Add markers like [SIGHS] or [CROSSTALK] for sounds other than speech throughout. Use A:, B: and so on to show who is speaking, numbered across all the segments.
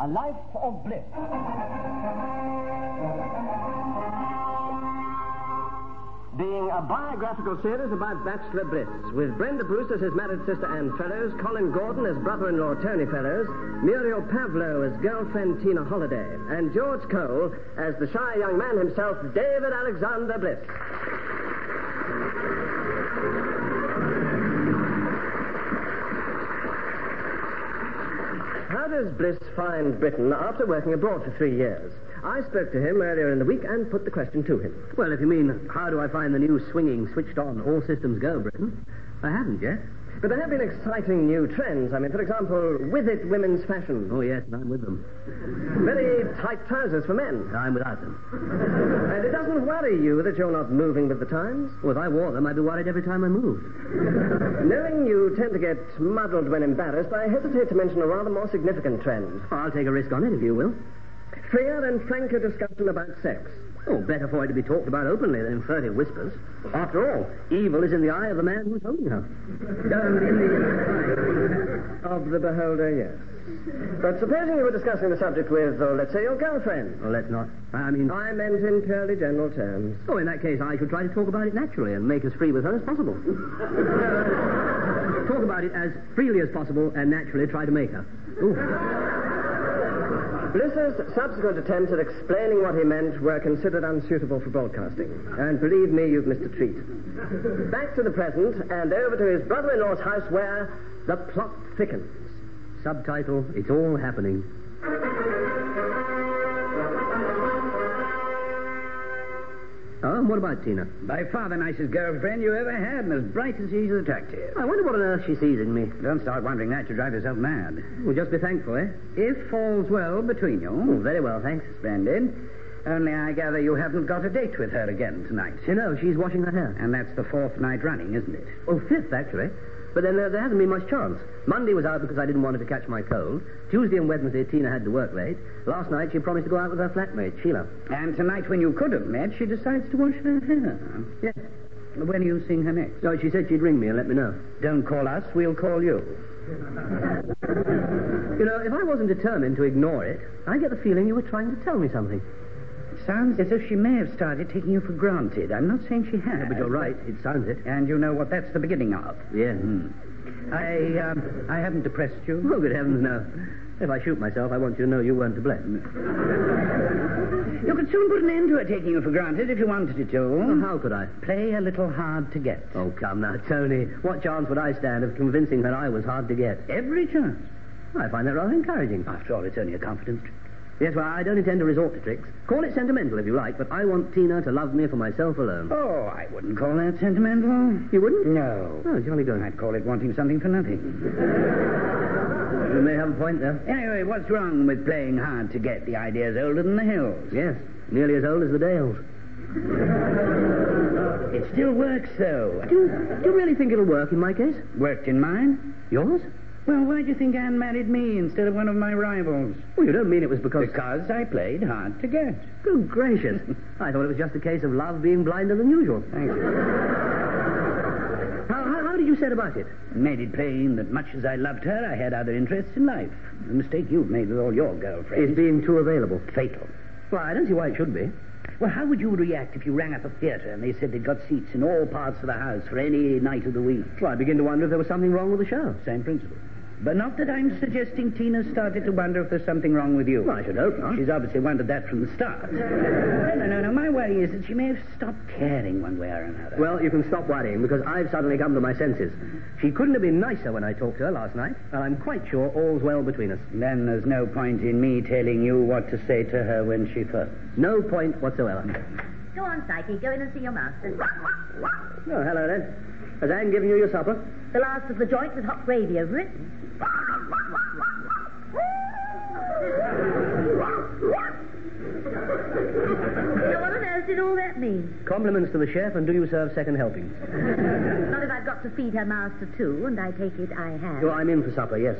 A: a life of bliss.
B: Being a biographical series about bachelor bliss, with Brenda Bruce as his married sister Anne Fellows, Colin Gordon as brother-in-law Tony Fellows, Muriel Pavlo as girlfriend Tina Holliday, and George Cole as the shy young man himself, David Alexander Bliss. How does Bliss find Britain after working abroad for three years? I spoke to him earlier in the week and put the question to him.
A: Well, if you mean, how do I find the new swinging, switched on, all systems go Britain? I haven't yet.
B: But there have been exciting new trends. I mean, for example, with it women's fashion.
A: Oh, yes, and I'm with them.
B: Very tight trousers for men.
A: I'm without them.
B: And it doesn't worry you that you're not moving with the times.
A: Well, if I wore them, I'd be worried every time I moved.
B: Knowing you tend to get muddled when embarrassed, I hesitate to mention a rather more significant trend.
A: I'll take a risk on it if you will.
B: Freer and franker discussion about sex.
A: Oh, better for it to be talked about openly than in furtive whispers. After all, evil is in the eye of the man who's holding her.
B: Down in the eye of the beholder, yes. But supposing you were discussing the subject with, uh, let's say, your girlfriend.
A: Well, let's not. I mean,
B: I meant in purely general terms.
A: oh, in that case, I should try to talk about it naturally and make as free with her
B: [LAUGHS]
A: as possible. talk about it as freely as possible and naturally try to make her.
B: Bliss's subsequent attempts at explaining what he meant were considered unsuitable for broadcasting. And believe me, you've missed a treat. Back to the present and over to his brother in law's house where the plot thickens.
A: Subtitle: It's all happening. Oh, and what about Tina?
C: By far the nicest girlfriend you ever had, and as bright as she's attractive.
A: I wonder what on earth she sees in me.
C: Don't start wondering that, you drive yourself mad.
A: Well, just be thankful, eh?
C: If all's well between
A: Oh,
C: you,
A: very well, thanks.
C: splendid. Only I gather you haven't got a date with her again tonight.
A: You know, she's washing her hair.
C: And that's the fourth night running, isn't it?
A: Oh, fifth, actually. But then uh, there hasn't been much chance. Monday was out because I didn't want her to catch my cold. Tuesday and Wednesday, Tina had to work late. Last night, she promised to go out with her flatmate, Sheila.
C: And tonight, when you could have met, she decides to wash her hair.
A: Yes.
C: When are you seeing her next?
A: No, she said she'd ring me and let me know.
C: Don't call us, we'll call you.
A: You know, if I wasn't determined to ignore it, I get the feeling you were trying to tell me something.
C: Sounds as if she may have started taking you for granted. I'm not saying she has.
A: But you're right, it sounds it.
C: And you know what that's the beginning of.
A: Yeah.
C: Hmm. I, um, I haven't depressed you.
A: Oh, good heavens, no. If I shoot myself, I want you to know you weren't to blame.
C: You could soon put an end to her taking you for granted if you wanted
A: Well,
C: to.
A: how could I?
C: Play a little hard to get.
A: Oh, come now, Tony. What chance would I stand of convincing her I was hard to get?
C: Every chance.
A: I find that rather encouraging.
C: After all, it's only a confidence trick.
A: Yes, well, I don't intend to resort to tricks. Call it sentimental if you like, but I want Tina to love me for myself alone.
C: Oh, I wouldn't call that sentimental.
A: You wouldn't?
C: No.
A: Oh, jolly good.
C: I'd call it wanting something for nothing.
A: You may have a point there.
C: Anyway, what's wrong with playing hard to get? The idea's older than the hills.
A: Yes, nearly as old as the Dales.
C: It still works, though.
A: Do you, do you really think it'll work in my case?
C: Worked in mine.
A: Yours?
C: Well, why do you think Anne married me instead of one of my rivals?
A: Well, you don't mean it was because.
C: Because I played hard to get.
A: Good gracious. I thought it was just a case of love being blinder than usual.
C: Thank you.
A: How, how, how did you set about it?
C: Made it plain that much as I loved her, I had other interests in life. The mistake you've made with all your girlfriends
A: It's being too available.
C: is fatal.
A: Well, I don't see why it should be.
C: Well, how would you react if you rang up a theatre and they said they'd got seats in all parts of the house for any night of the week?
A: Well, I begin to wonder if there was something wrong with the show.
C: Same principle. But not that I'm suggesting Tina started to wonder if there's something wrong with you.
A: Well, I should hope not.
C: She's obviously wondered that from the start. [LAUGHS] no, no, no, no. My worry is that she may have stopped caring one way or another.
A: Well, you can stop worrying because I've suddenly come to my senses. She couldn't have been nicer when I talked to her last night, and I'm quite sure all's well between us.
C: Then there's no point in me telling you what to say to her when she first.
A: No point whatsoever.
D: Go on, Psyche. Go in and see your master.
A: Oh, hello, then. Has Anne given you your supper?
D: The last of the joint with hot gravy over it. now, what on earth did all that mean?
A: Compliments to the chef, and do you serve second helpings?
D: Not if I've got to feed her master, too, and I take it I have.
A: Well, Oh, I'm in for supper, yes.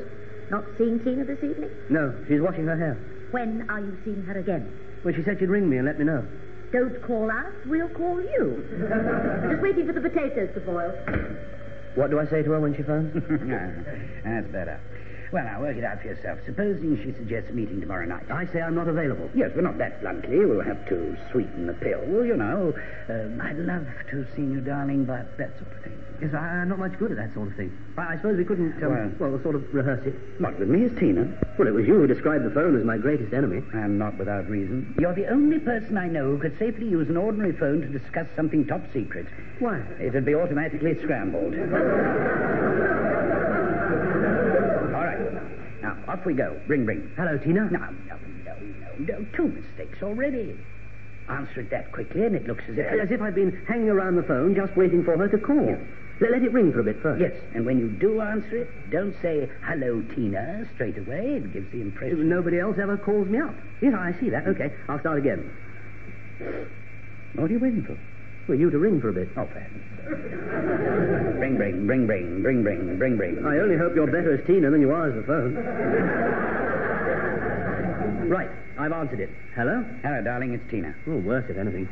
D: Not seeing Tina this evening?
A: No, she's washing her hair.
D: When are you seeing her again?
A: Well, she said she'd ring me and let me know.
D: Don't call us, we'll call you. Just waiting for the potatoes to boil.
E: [LAUGHS]
A: What do I say to her when she phones?
C: No, That's better.
E: Well, now, work it out for yourself. Supposing she suggests a meeting tomorrow night.
A: I say I'm not available.
E: Yes, but not that bluntly. We'll have to sweeten the pill, you know. Um, I'd love to have seen you, darling, but that sort of thing.
A: Yes, I, I'm not much good at that sort of thing. I, I suppose we couldn't, um, well, sort of rehearse it.
E: Not with me as Tina.
A: Well, it was you who described the phone as my greatest enemy.
E: And not without reason. You're the only person I know who could safely use an ordinary phone to discuss something top secret.
A: Why?
E: It'd be automatically scrambled. All right. Now, off we go. Ring, ring.
A: Hello, Tina.
E: No, no, no, no, no. Two mistakes already. Answer it that quickly, and it looks as if.
A: As if I'd been hanging around the phone just waiting for her to call. Let, let it ring for a bit first.
E: Yes, and when you do answer it, don't say, hello, Tina, straight away. It gives the impression.
A: Nobody else ever calls me up. Yes, I see that. Okay, I'll start again.
E: What are you waiting for?
A: Well, you to ring for a bit.
E: Oh, [LAUGHS] thanks. ring, ring, ring, ring, ring, ring, ring, ring.
A: I only hope you're better as Tina than you are as the phone. right, I've answered it. Hello?
E: Hello, darling, it's Tina.
A: Oh, worse, if anything.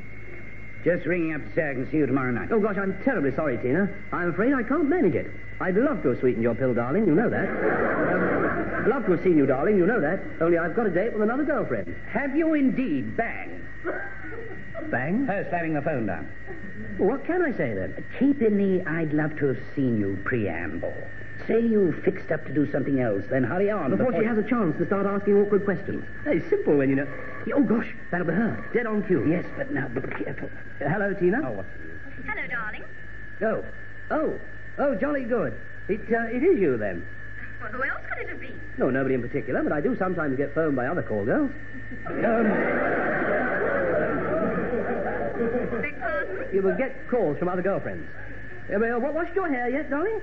E: Just ringing up to say I can see you tomorrow night.
A: Oh, gosh, I'm terribly sorry, Tina. I'm afraid I can't manage it. I'd love to have sweetened your pill, darling. You know that.
E: [LAUGHS]
A: Um, love to have seen you, darling. You know that. Only I've got a date with another girlfriend.
E: Have you indeed? Bang.
A: Bang?
E: Her slamming the phone down.
A: What can I say then?
E: Keep in the I'd love to have seen you preamble. Say you fixed up to do something else, then hurry on.
A: Before she
E: before-
A: has a chance to start asking awkward questions. It's simple when you know. Oh, gosh, that'll be her. Dead on cue.
E: Yes, but now be careful.
A: Uh, hello, Tina.
E: Oh, what?
F: Hello, darling.
A: Oh. Oh. Oh, jolly good. It, uh, it is you, then.
F: Well, who else could it have been?
A: No, nobody in particular, but I do sometimes get phoned by other call [LAUGHS] girls. Um,
F: Big pardon?
A: you will get calls from other girlfriends. Uh, well, wa- washed your hair yet, darling?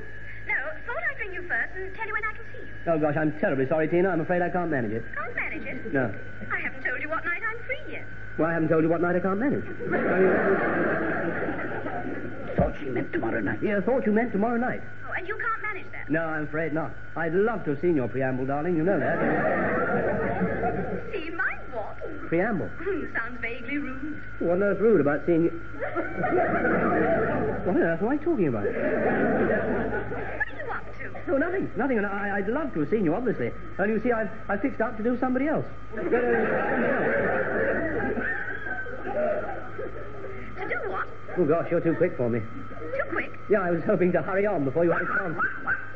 F: No, thought I'd ring you first and tell you when I can see you.
A: Oh, gosh, I'm terribly sorry, Tina. I'm afraid I can't manage it.
F: Can't manage it.
A: No.
F: I haven't told you what night I'm free yet.
A: Well, I haven't told you what night I can't manage.
E: Thought she meant tomorrow night.
A: Yeah, I thought you meant tomorrow night.
F: Oh, and you can't manage that.
A: No, I'm afraid not. I'd love to have seen your preamble, darling. You know that.
F: See, my what?
A: Preamble.
F: Hmm, Sounds vaguely rude.
A: What on earth rude about seeing you? What on earth am I talking about?
F: What are you up to?
A: No, nothing. Nothing. And I, I'd love to have seen you, obviously. Only you see, I've, I've fixed up to do somebody else.
F: To do what?
A: Oh, gosh, you're too quick for me.
F: Too quick.
A: Yeah, I was hoping to hurry on before you had a chance.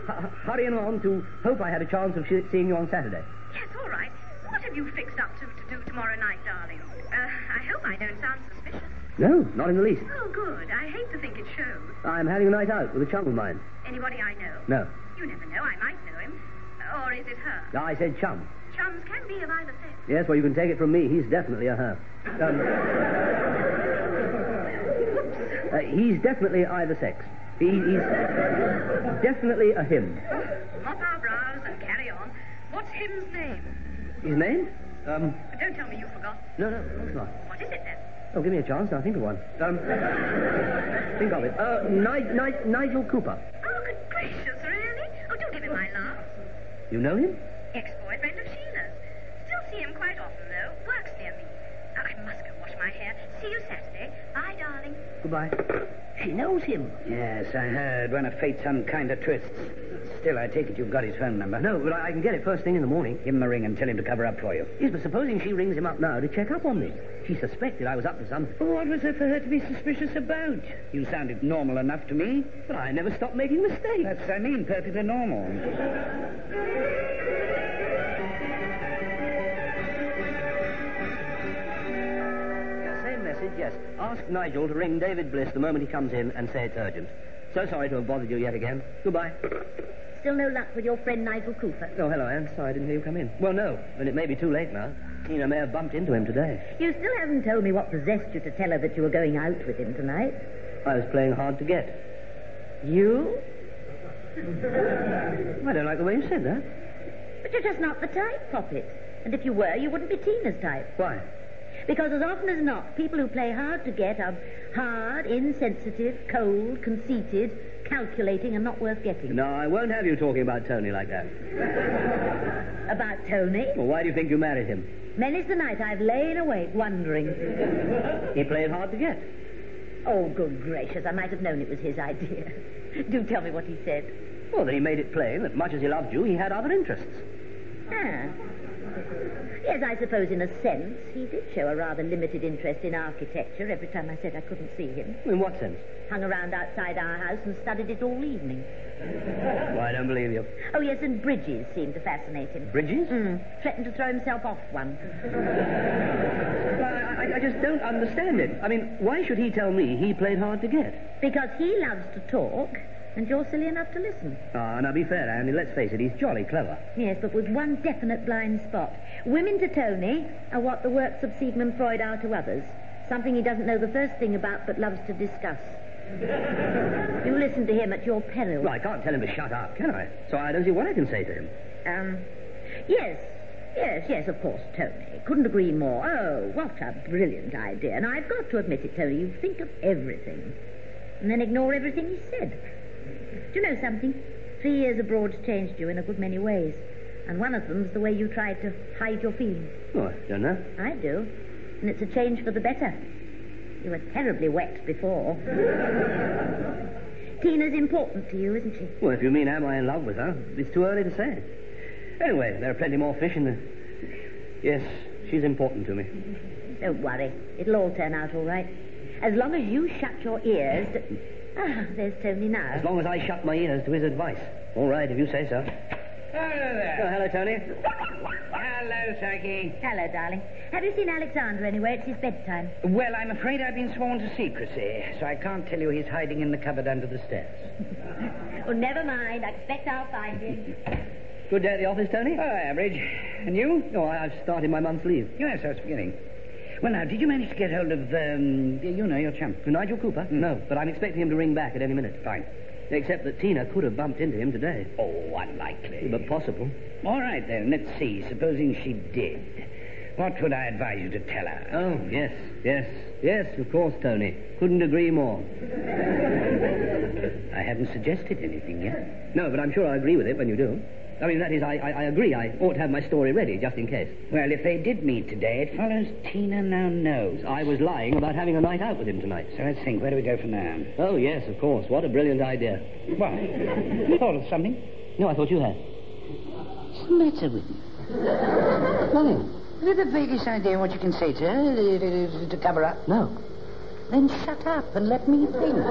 A: H- hurrying on to hope I had a chance of sh- seeing you on Saturday.
F: Yes, all right. What have you fixed up to, to do tomorrow night, darling? Uh, I hope I don't sound suspicious.
A: No, not in the least.
F: Oh, good. I hate to think it shows.
A: I'm having a night out with a chum of mine.
F: Anybody I know?
A: No.
F: You never know. I might know him. Or is it her?
A: No, I said chum.
F: Chums can be of either sex.
A: Yes, well, you can take it from me. He's definitely a her. Um, [LAUGHS] uh, he's definitely either sex. He, he's definitely a him.
F: Mop our brows and carry on. What's him's name?
A: His name? Um,
F: Don't tell me you forgot.
A: no, no, of course not.
F: What is it then?
A: Oh, give me a chance. I'll think of one. Um, think of it. Uh, Ni- Ni- Nigel Cooper.
F: Oh, good gracious, really? Oh, do give him my love.
A: You know him?
F: Ex-boyfriend of Sheila's. Still see him quite often, though. Works near me. Oh, I must go wash my hair. See you Saturday. Bye, darling.
A: Goodbye.
E: She knows him. Yes, I heard. One of fate's unkind of twists. Still, I take it you've got his phone number.
A: No, but I, I can get it first thing in the morning.
E: Give him a ring and tell him to cover up for you.
A: Yes, but supposing she rings him up now to check up on me. She suspected I was up to something.
E: What was there for her to be suspicious about? You sounded normal enough to me.
A: But I never stopped making mistakes.
E: That's, I mean, perfectly normal.
A: Yeah, same message, yes. Ask Nigel to ring David Bliss the moment he comes in and say it's urgent. So sorry to have bothered you yet again. Goodbye.
F: Still no luck with your friend Nigel Cooper.
A: Oh, hello, Anne. Sorry I didn't hear you come in. Well, no, and it may be too late now. Tina may have bumped into him today.
F: You still haven't told me what possessed you to tell her that you were going out with him tonight.
A: I was playing hard to get.
F: You?
A: I don't like the way you said that.
F: But you're just not the type, Poppet. And if you were, you wouldn't be Tina's type.
A: Why?
F: Because as often as not, people who play hard to get are hard, insensitive, cold, conceited, calculating, and not worth getting.
A: No, I won't have you talking about Tony like that.
F: About Tony,
A: Well, why do you think you married him?
F: many's the night I've lain awake wondering.
A: He played hard to get.
F: [LAUGHS] Oh, good gracious, I might have known it was his idea. Do tell me what he said.
E: Well, then he made it plain that much as he loved you, he had other interests.
D: Ah. Yes, I suppose in a sense he did show a rather limited interest in architecture every time I said I couldn't see him.
E: In what sense?
D: Hung around outside our house and studied it all evening.
E: Well, I don't believe you.
D: Oh, yes, and bridges seemed to fascinate him.
E: Bridges?
D: Mm, threatened to throw himself off one.
E: Well, I, I- I just don't understand it. I mean, why should he tell me he played hard to get?
D: Because he loves to talk, and you're silly enough to listen.
E: Ah, now be fair, Andy. Let's face it, he's jolly clever.
D: Yes, but with one definite blind spot. Women to Tony are what the works of Sigmund Freud are to others. Something he doesn't know the first thing about but loves to discuss. [LAUGHS] you listen to him at your peril.
E: Well, I can't tell him to shut up, can I? So I don't see what I can say to him.
D: Um, yes, yes, yes, of course, Tony. Couldn't agree more. Oh, what a brilliant idea. And I've got to admit it, Tony. You think of everything and then ignore everything he said. Do you know something? Three years abroad's changed you in a good many ways. And one of them's the way you tried to hide your feelings.
E: Oh, I don't know.
D: I do. And it's a change for the better. You were terribly wet before. [LAUGHS] Tina's important to you, isn't she?
E: Well, if you mean am I in love with her, it's too early to say. Anyway, there are plenty more fish in the. Yes, she's important to me.
D: Don't worry. It'll all turn out all right. As long as you shut your ears. To... Ah, there's Tony
E: As
D: now.
E: long as I shut my ears to his advice. All right, if you say so. Oh,
A: Hello there.
E: hello, Tony.
A: Hello, Psyche.
D: Hello, darling. Have you seen Alexander anywhere? It's his bedtime.
A: Well, I'm afraid I've been sworn to secrecy, so I can't tell you he's hiding in the cupboard under the stairs.
D: Oh, never mind. I expect I'll find him.
E: Good day at the office, Tony?
A: Oh, average. And you?
E: Oh, I- I've started my month's leave.
A: Yes, I was forgetting. Well, now, did you manage to get hold of, um, you know, your chum? Hmm.
E: To Nigel Cooper? No, but I'm expecting him to ring back at any minute.
A: Fine.
E: Except that Tina could have bumped into him today.
A: Oh, unlikely.
E: But possible.
A: All right, then, let's see. Supposing she did, what would I advise you to tell her?
E: Oh, yes, yes, yes, of course, Tony. Couldn't agree more.
A: I haven't suggested anything yet.
E: No, but I'm sure I agree with it when you do. I mean, that is, I, I, I agree. I ought to have my story ready, just in case.
A: Well, if they did meet today, it follows Tina now knows.
E: I was lying about having a night out with him tonight.
A: So let's think. Where do we go from now?
E: Oh, yes, of course. What a brilliant idea.
A: What? You thought of something?
E: No, I thought you had.
A: What's the matter with you?
E: Nothing.
A: You have the vaguest idea what you can say to her to cover up.
E: No.
A: Then shut up and let me think.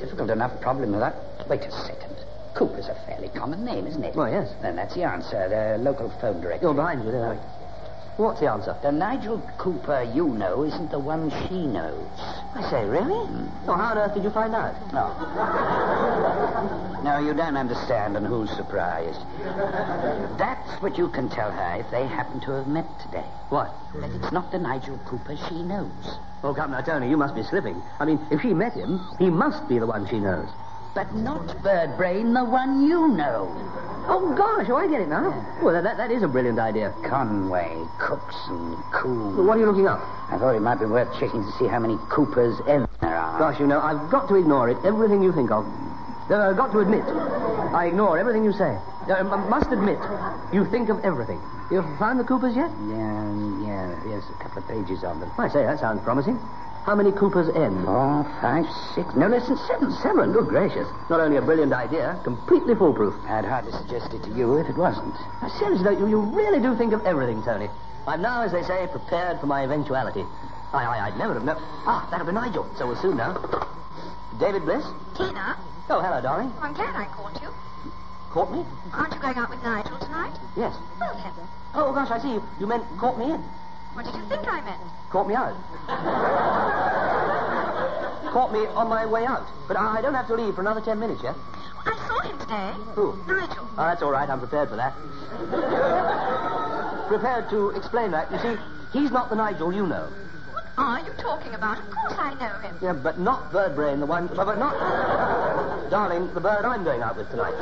A: Difficult enough problem with that. Wait a second. Cooper's a fairly common name, isn't it?
E: Why, yes.
A: Then that's the answer. The local phone director.
E: You're behind me there. What's the answer?
A: The Nigel Cooper you know isn't the one she knows. Hmm. I say, really?
E: Oh, how on earth did you find out?
A: No. Oh. No, you don't understand, and who's surprised? That's what you can tell her if they happen to have met today.
E: What?
A: That it's not the Nigel Cooper she knows.
E: Oh, come now, Tony, you must be slipping. I mean, if she met him, he must be the one she knows.
A: But not Birdbrain, the one you know.
E: Oh, gosh, oh, I get it now. Well, that, that, that is a brilliant idea.
A: Conway, Cookson,
E: Well,
A: Coon.
E: what are you looking up?
A: I thought it might be worth checking to see how many Coopers ever there are.
E: Gosh, you know, I've got to ignore it, everything you think of. No, I've got to admit. I ignore everything you say. I m- must admit, you think of everything. You've found the Coopers yet?
A: Yeah, yeah, there's a couple of pages on them.
E: I say, that sounds promising. How many Coopers N?
A: Four, five, six, no less than seven.
E: Seven, good gracious. Not only a brilliant idea, completely foolproof.
A: I'd hardly suggest it to you if it wasn't.
E: Now, seriously, though, you, you really do think of everything, Tony. I'm now, as they say, prepared for my eventuality. I, I, I'd never have known. Ah, that'll be Nigel, so we'll soon know. David Bliss?
G: Tina,
E: Oh, hello, darling.
G: I'm glad I caught you.
E: Caught me?
G: Aren't you going out with Nigel tonight?
E: Yes.
G: Well, heaven.
E: Oh, gosh, I see. You, you meant caught me in.
G: What did you think I meant?
E: Caught me out. Caught me on my way out. But I I don't have to leave for another ten minutes yet.
G: I saw him today.
E: Who?
G: Nigel.
E: Oh, that's all right. I'm prepared for that. prepared to explain that. You see, he's not the Nigel you know.
G: What are you talking about? Of course I know him.
E: Yeah, but not bird brain, the one. But, but not. Darling, the bird I'm going out with tonight.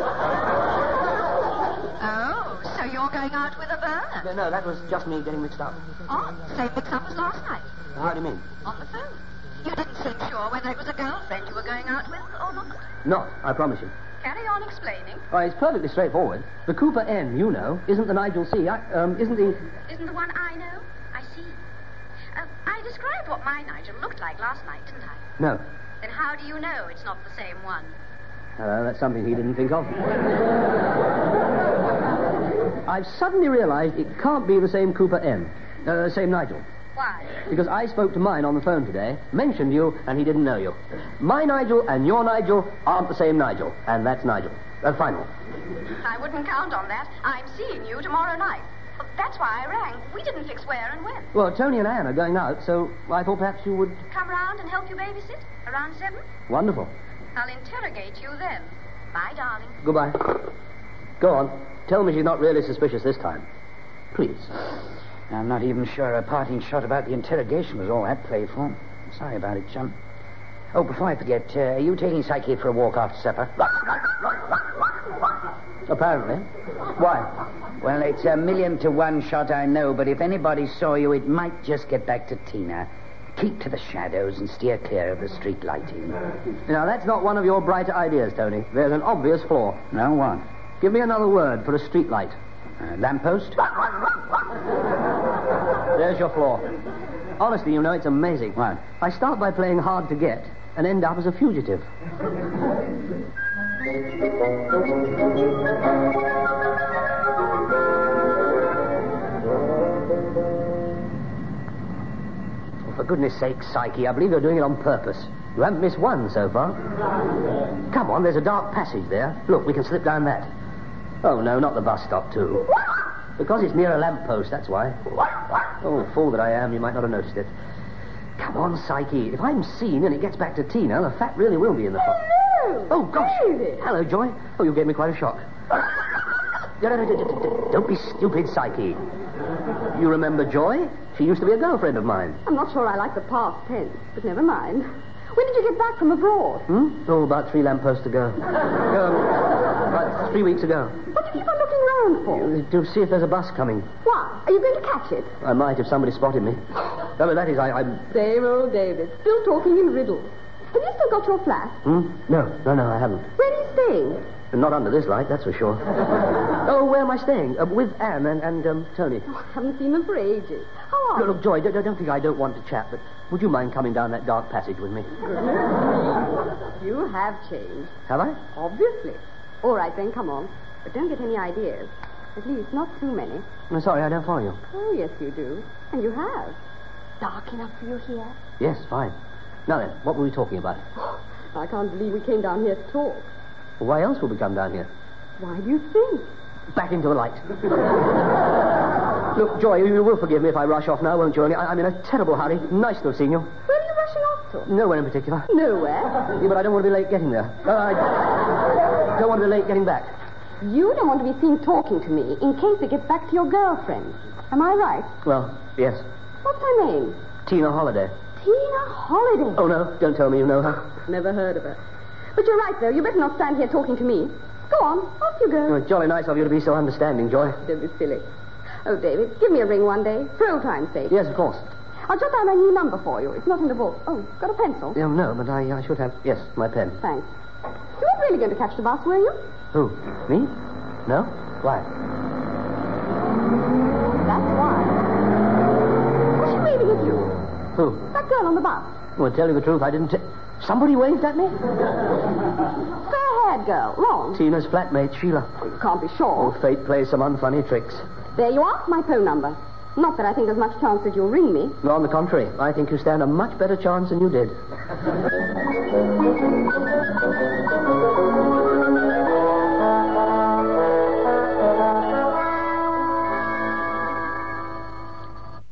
G: Oh, so you're going out with a bird?
E: No, no, that was just me getting mixed up.
G: Oh, same mix-up as last night.
E: How do you mean?
G: On the phone. You didn't seem sure whether it was a girlfriend you were going out with or not.
E: Not, I promise you.
G: Carry on explaining.
E: Oh, it's perfectly straightforward. The Cooper N, you know, isn't the Nigel C. I, um, isn't the.
G: Isn't the one I know? I see. Uh, I described what my Nigel looked like last night, didn't I?
E: No.
G: Then how do you know it's not the same one?
E: Well, Uh, that's something he didn't think of. I've suddenly realized it can't be the same Cooper M. Uh, same Nigel.
H: Why?
E: Because I spoke to mine on the phone today, mentioned you, and he didn't know you. My Nigel and your Nigel aren't the same Nigel, and that's Nigel. Uh, final.
H: I wouldn't count on that. I'm seeing you tomorrow night. That's why I rang. We didn't fix where and when.
E: Well, Tony and Anne are going out, so I thought perhaps you would.
H: Come round and help you babysit around seven.
E: Wonderful.
H: I'll interrogate you then. Bye, darling.
E: Goodbye. Go on. Tell me she's not really suspicious this time. Please.
A: I'm not even sure a parting shot about the interrogation was all that playful. Sorry about it, chum. Oh, before I forget, uh, are you taking Psyche for a walk after supper?
E: Apparently. Why?
A: Well, it's a million to one shot, I know, but if anybody saw you, it might just get back to Tina. Keep to the shadows and steer clear of the street lighting.
E: Now, that's not one of your brighter ideas, Tony. There's an obvious flaw.
A: No one.
E: Give me another word for a streetlight.
A: Uh, lamppost?
E: [LAUGHS] There's your flaw. Honestly, you know, it's amazing.
A: What?
E: I start by playing hard to get and end up as a fugitive. Well, for goodness sake, Psyche, I believe you're doing it on purpose. You haven't missed one so far. Come on, there's a dark passage there. Look, we can slip down that. Oh, no, not the bus stop, too. Because it's near a lamppost, that's why. Oh, fool that I am, you might not have noticed it. Come on, Psyche. If I'm seen and it gets back to Tina, the fat really will be in the pot. Oh, gosh. Hello, Joy. Oh, you gave me quite a shock. No, no, no, d- d- d- Don't be stupid, Psyche. You remember Joy? She used to be a girlfriend of mine.
I: I'm not sure I like the past tense, but never mind. When did you get back from abroad?
E: Hmm? Oh, about three lampposts ago. um, about three weeks ago.
I: What have you been looking round for?
E: To see if there's a bus coming.
I: Why? Are you going to catch it?
E: I might if somebody
I: [LAUGHS]
E: spotted me. No, but that is, I, I'm...
I: Same old David, still talking in riddles. Have you still got your flat?
E: Hmm? No, no, no, I haven't.
I: Where are you staying?
E: Not under this light, that's for
I: [LAUGHS]
E: sure. oh, where am I staying? Uh, with Anne and, and um, Tony.
I: Oh, I haven't seen them for ages. How are
E: Look, look, Joy, don't, don't think I don't want to chat, but would you mind coming down that dark passage with me?
I: you? You have changed,
E: Have I?
I: obviously. All right, then, come on. But don't get any ideas. At least, not too many.
E: No, sorry, I don't follow you.
I: Oh, yes, you do. And you have. Dark enough for you here?
E: Yes, fine. Now then, what were we talking about?
I: [SIGHS] I can't believe we came down here to talk.
E: Why else would we come down here?
I: Why do you think?
E: Back into the light. Look, Joy, you will forgive me if I rush off now, won't you? Only I, am in a terrible hurry. Nice to have seen you.
I: Where are you rushing off to?
E: Nowhere in particular.
I: Nowhere.
E: Yeah, but I don't want to be late getting there. Uh, I don't want to be late getting back.
I: You don't want to be seen talking to me in case it gets back to your girlfriend. Am I right?
E: Well, yes.
I: What's her name?
E: Tina Holiday.
I: Tina Holiday.
E: Oh, no, don't tell me you know her.
I: Never heard of her. But you're right, though. You better not stand here talking to me. Go on. Off you go.
E: Oh, jolly nice of you to be so understanding, Joy.
I: Don't be silly. Oh, David, give me a ring one day, for old time's sake.
E: Yes, of course.
I: I'll jot down my new number for you. It's not in the book. Oh, got a pencil?
E: Yeah, no, but I, I should have. Yes, my pen.
I: Thanks. You weren't really going to catch the bus, were you?
E: Who? Me? No? Why?
I: That's why. Was she waving at you?
E: Who?
I: That girl on the bus.
E: Well, tell you the truth, I didn't. T- Somebody waved at me?
I: Fair-haired girl. Wrong.
E: Tina's flatmate, Sheila.
I: You can't be
E: Oh,
I: sure.
E: fate plays some unfunny tricks.
I: There you are. My phone number. Not that I think there's much chance that you'll ring me.
E: No, on the contrary, I think you stand a much better chance than you did.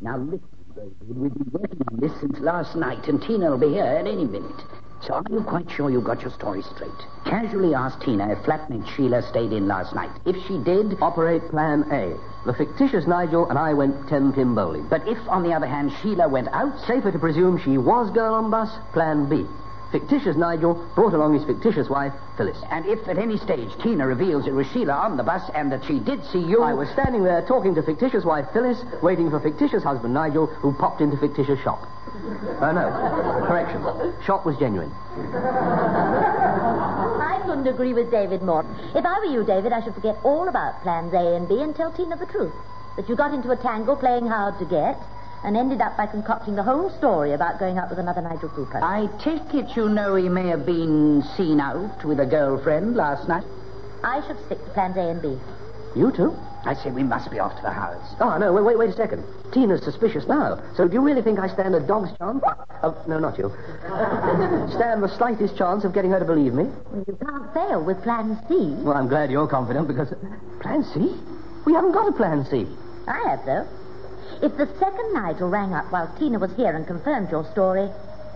A: Now listen, David, we've been working on this since last night, and Tina will be here at any minute. So are you quite sure you got your story straight? Casually ask Tina if flatmate Sheila stayed in last night. If she did,
E: Operate Plan A. The fictitious Nigel and I went ten pin bowling.
A: but if, on the other hand, Sheila went out,
E: Safer to presume she was girl on bus, Plan B. Fictitious Nigel brought along his fictitious wife, Phyllis.
A: and if at any stage Tina reveals it was Sheila on the bus and that she did see you,
E: I was standing there talking to fictitious wife Phyllis, waiting for fictitious husband Nigel, who popped into fictitious shop. Oh, no. Correction. Shop was genuine.
D: I couldn't agree with David more. If I were you, David, I should forget all about plans A and B and tell Tina the truth. That you got into a tangle playing hard to get, and ended up by concocting the whole story about going out with another Nigel Cooper.
A: I take it you know he may have been seen out with a girlfriend last night.
D: I should stick to plans A and B.
E: You too?
A: I say we must be off to the house.
E: Ah, no, wait, wait, wait a second. Tina's suspicious now. So do you really think I stand a dog's chance? Oh, no,
A: [LAUGHS]
E: not you. stand the slightest chance of getting her to believe me?
D: You can't fail with plan C.
E: Well, I'm glad you're confident because. Plan C? We haven't got a plan C.
D: I have, though. If the second Nigel rang up while Tina was here and confirmed your story,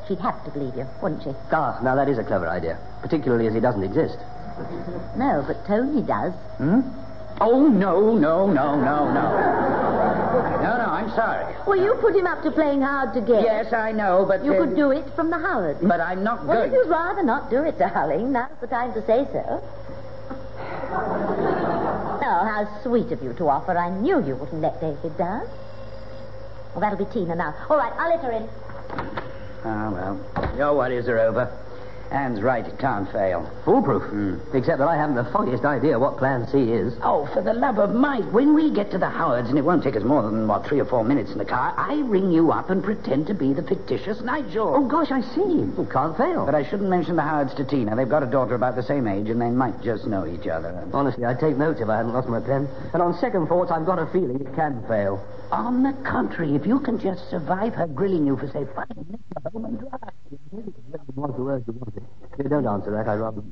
D: she'd have to believe you, wouldn't she?
E: Ah, now that is a clever idea, particularly as he doesn't exist.
D: No, but Tony does.
E: Hmm?
A: Oh, no, no, no, no, no. No, no, I'm sorry.
D: Well, you put him up to playing hard to get.
A: Yes, I know, but.
D: You
A: uh,
D: could do it from the Howard.
A: But I'm not
D: Well,
A: good.
D: if you'd rather not do it, darling, now's the time to say so. oh, how sweet of you to offer. I knew you wouldn't let David down. Well, that'll be Tina now. All right, I'll let her in.
A: Ah, well. Your worries are over. Anne's right, it can't fail.
E: Foolproof. Hmm. Except that I haven't the foggiest idea what plan C is.
A: Oh, for the love of Mike, when we get to the Howards, and it won't take us more than, what, three or four minutes in the car, I ring you up and pretend to be the fictitious Nigel.
E: Oh, gosh, I see. Well, can't fail.
A: But I shouldn't mention the Howards to Tina. They've got a daughter about the same age, and they might just know each other.
E: Honestly, I'd take notes if I hadn't lost my pen. And on second thoughts, I've got a feeling it can fail.
A: On the contrary, if you can just survive her grilling you for, say, five minutes, you're home and dry.
E: What's the word you wanted? You don't answer that, I rather.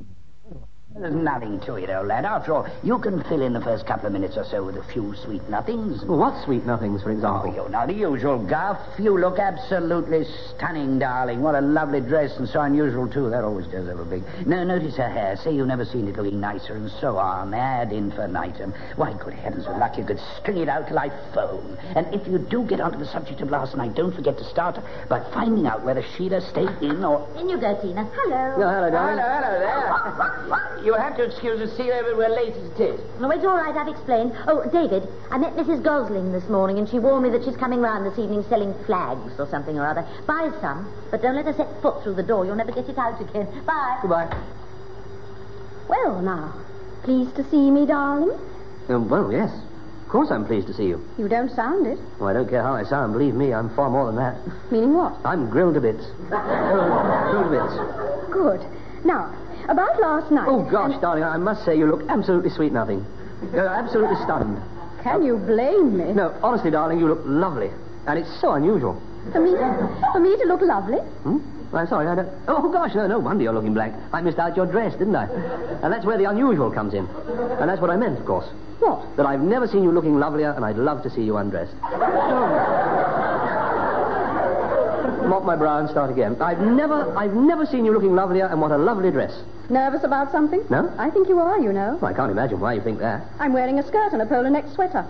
A: There's nothing to it, old lad. After all, you can fill in the first couple of minutes or so with a few sweet nothings.
E: Well, what sweet nothings, for example?
A: Oh, you know, the usual guff. You look absolutely stunning, darling. What a lovely dress, and so unusual, too. That always does have a big. No, notice her hair. Say you've never seen it looking nicer, and so on. Ad infinitum. Why, good heavens, with luck, you could string it out till I foam. And if you do get onto the subject of last night, don't forget to start by finding out whether Sheila stayed in or
D: In you go, Tina. Hello.
E: No, hello, darling.
A: Hello, hello [LAUGHS] there. You'll have to excuse us, Celia, but we're late as it is.
D: No, it's all right. I've explained. Oh, David, I met Mrs. Gosling this morning, and she warned me that she's coming round this evening selling flags or something or other. Buy some, but don't let her set foot through the door. You'll never get it out again. Bye.
E: Goodbye.
I: Well, now, pleased to see me, darling?
E: Um, well, yes. Of course I'm pleased to see you.
I: You don't sound it.
E: Well, I don't care how I sound. Believe me, I'm far more than that.
I: [LAUGHS] Meaning what?
E: I'm grilled to bits. grilled to bits.
I: Good. Now, about last night.
E: Oh, gosh, darling, I must say you look absolutely sweet nothing. You're absolutely stunned.
I: Can you blame me?
E: No, honestly, darling, you look lovely. And it's so unusual.
I: For me, to, for me to look lovely?
E: Hmm? I'm sorry, I don't... Oh, gosh, no, no wonder you're looking blank. I missed out your dress, didn't I? And that's where the unusual comes in. And that's what I meant, of course.
I: What?
E: That I've never seen you looking lovelier, and I'd love to see you undressed. Mop my brow and start again. I've never, I've never seen you looking lovelier, and what a lovely dress.
I: Nervous about something?
E: No?
I: I think you are, you know.
E: Well, I can't imagine why you think that.
I: I'm wearing a skirt and a polo neck sweater.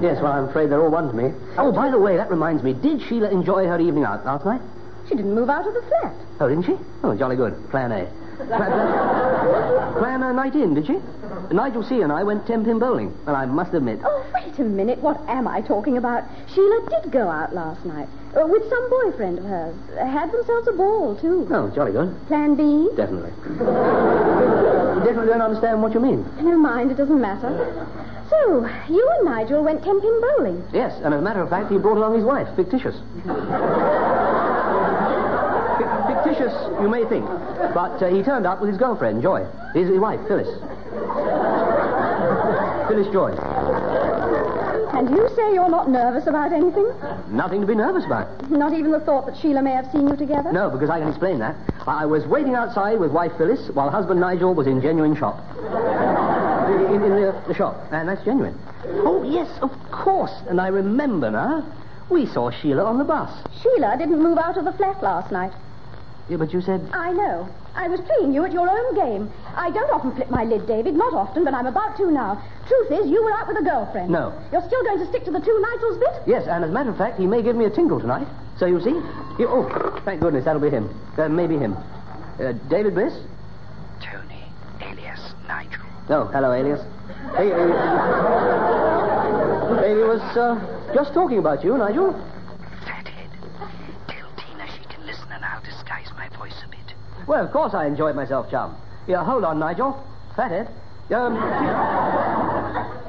E: Yes, well, I'm afraid they're all one to me. Oh, by the way, that reminds me. Did Sheila enjoy her evening out last night?
I: She didn't move out of the flat.
E: Oh, didn't she? Oh, jolly good. Plan A. Plan, plan, plan a night in, did she? Nigel C. and I went ten pin bowling, and I must admit.
I: Oh, wait a minute. What am I talking about? Sheila did go out last night uh, with some boyfriend of hers. Had themselves a ball, too.
E: Oh, jolly good.
I: Plan B?
E: Definitely. you definitely don't understand what you mean.
I: Never mind. It doesn't matter. So, you and Nigel went ten-pin bowling.
E: Yes, and as a matter of fact, he brought along his wife, fictitious. Fic- fictitious, you may think, but uh, he turned up with his girlfriend, Joy. His, his wife, Phyllis. Phyllis Joy.
I: And you say you're not nervous about anything?
E: Nothing to be nervous about.
I: Not even the thought that Sheila may have seen you together?
E: No, because I can explain that. I I was waiting outside with wife Phyllis while husband Nigel was in genuine shop. in in the, the shop, and that's genuine. Oh, yes, of course. And I remember now. We saw Sheila on the bus.
I: Sheila didn't move out of the flat last night.
E: Yeah, but you said.
I: I know. I was playing you at your own game. I don't often flip my lid, David. Not often, but I'm about to now. Truth is, you were out with a girlfriend.
E: No.
I: You're still going to stick to the two Nigels bit?
E: Yes, and as a matter of fact, he may give me a tingle tonight. So you see. You, oh, thank goodness, that'll be him. That may be him. Uh, David Bliss?
A: Tony, alias Nigel.
E: Oh, hello, alias. Hey, uh, Bailey was uh, just talking about you, Nigel.
A: Fathead. Tell Tina she can listen and I'll disguise my voice a bit.
E: Well, of course I enjoyed myself, chum. Yeah, hold on, Nigel. Fathead. Um,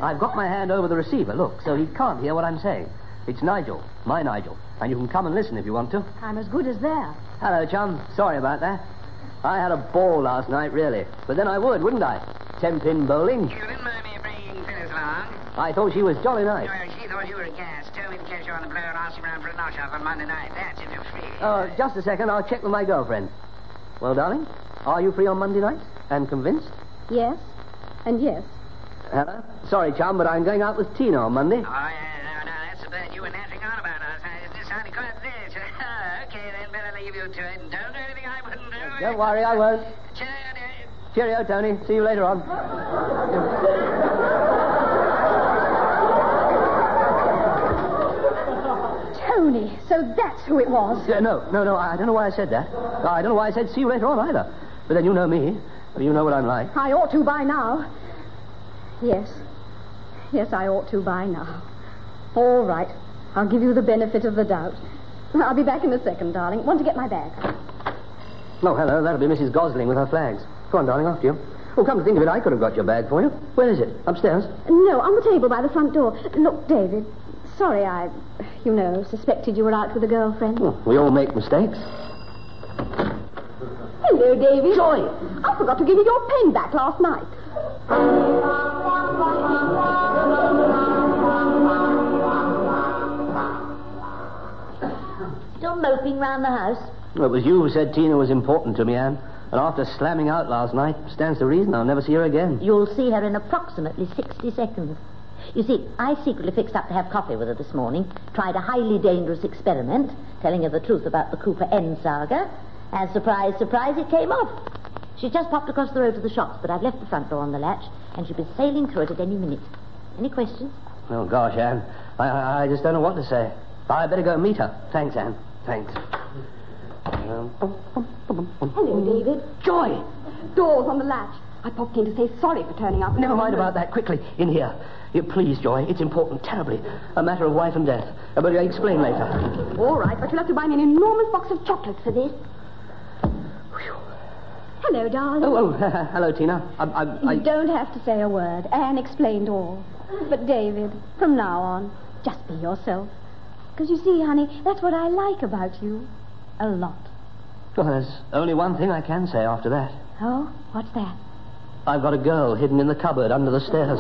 E: I've got my hand over the receiver, look, so he can't hear what I'm saying. It's Nigel, my Nigel. And you can come and listen if you want to.
J: I'm as good as there.
E: Hello, chum. Sorry about that. I had a ball last night, really. But then I would, wouldn't I? Ten pin bowling.
G: You didn't mind me bringing Phyllis along.
E: I thought she was jolly nice.
G: Well, she thought you were a gas. Told me to catch you on the blow and ask you round for a nosh off on Monday night. That's if you're free.
E: Uh, just a second. I'll check with my girlfriend. Well, darling, are you free on Monday night? And convinced?
I: Yes, and yes.
E: Hello? Sorry, chum, but I'm going out with Tina on Monday.
G: Oh, yeah, no, no, that's the bird you were nattering on about last night. It just sounded quite rich. [LAUGHS] okay, then better leave you to it and don't do anything I wouldn't do.
E: Don't worry, I won't.
G: Cheerio, dear.
E: Cheerio, Tony. See you later on.
I: Tony, so that's who it was.
E: Yeah, no, no, no. I I don't know why I said that. I don't know why I said see you later on either. But then you know me. You know what I'm like.
I: I ought to by now. Yes. Yes, I ought to by now. All right. I'll give you the benefit of the doubt. I'll be back in a second, darling. Want to get my bag?
E: Oh, hello. That'll be Mrs. Gosling with her flags. Come on, darling, after you. Oh, come to think of it, I could have got your bag for you. Where is it? Upstairs?
I: No, on the table by the front door. Look, David. Sorry I, you know, suspected you were out with a girlfriend.
E: Oh, we all make mistakes.
I: Hello, David. Joy. I forgot to give you your pen back last night.
D: Still moping round the house.
E: Well, it was you who said Tina was important to me, Anne. And after slamming out last night, stands to reason I'll never see her again.
D: You'll see her in approximately 60 seconds. You see, I secretly fixed up to have coffee with her this morning, tried a highly dangerous experiment, telling her the truth about the Cooper N saga, and surprise, surprise, it came off. She just popped across the road to the shops, but I've left the front door on the latch, and she'll be sailing through it at any minute. Any questions?
E: Oh, gosh, Anne. I, I, I just don't know what to say. I better go meet her. Thanks, Anne. Thanks. Um,
I: Hello, David.
E: Joy!
I: Door's on the latch. I popped in to say sorry for turning up.
E: Never mind about that. Quickly, in here. You please, Joy. It's important, terribly. A matter of life and death. Uh, But I'll explain later.
I: All right, but you'll have to buy me an enormous box of chocolates for this. Hello, darling.
E: Oh, oh [LAUGHS] hello, Tina. I, I,
I: You
E: I,
I: don't have to say a word. Anne explained all. But, David, from now on, just be yourself. Because you see, honey, that's what I like about you. A lot.
E: Well, there's only one thing I can say after that.
I: Oh, what's that?
E: I've got a girl hidden in the cupboard under the stairs.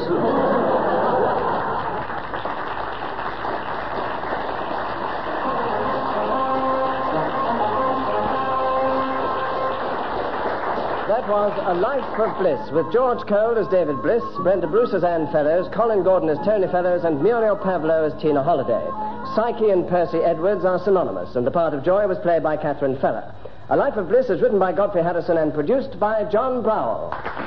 B: That was A Life of Bliss with George Cole as David Bliss, Brenda Bruce as Anne Fellows, Colin Gordon as Tony Fellows, and Muriel Pavlo as Tina Holliday. Psyche and Percy Edwards are synonymous, and the part of Joy was played by Catherine Feller. A Life of Bliss is written by Godfrey Harrison and produced by John Browell.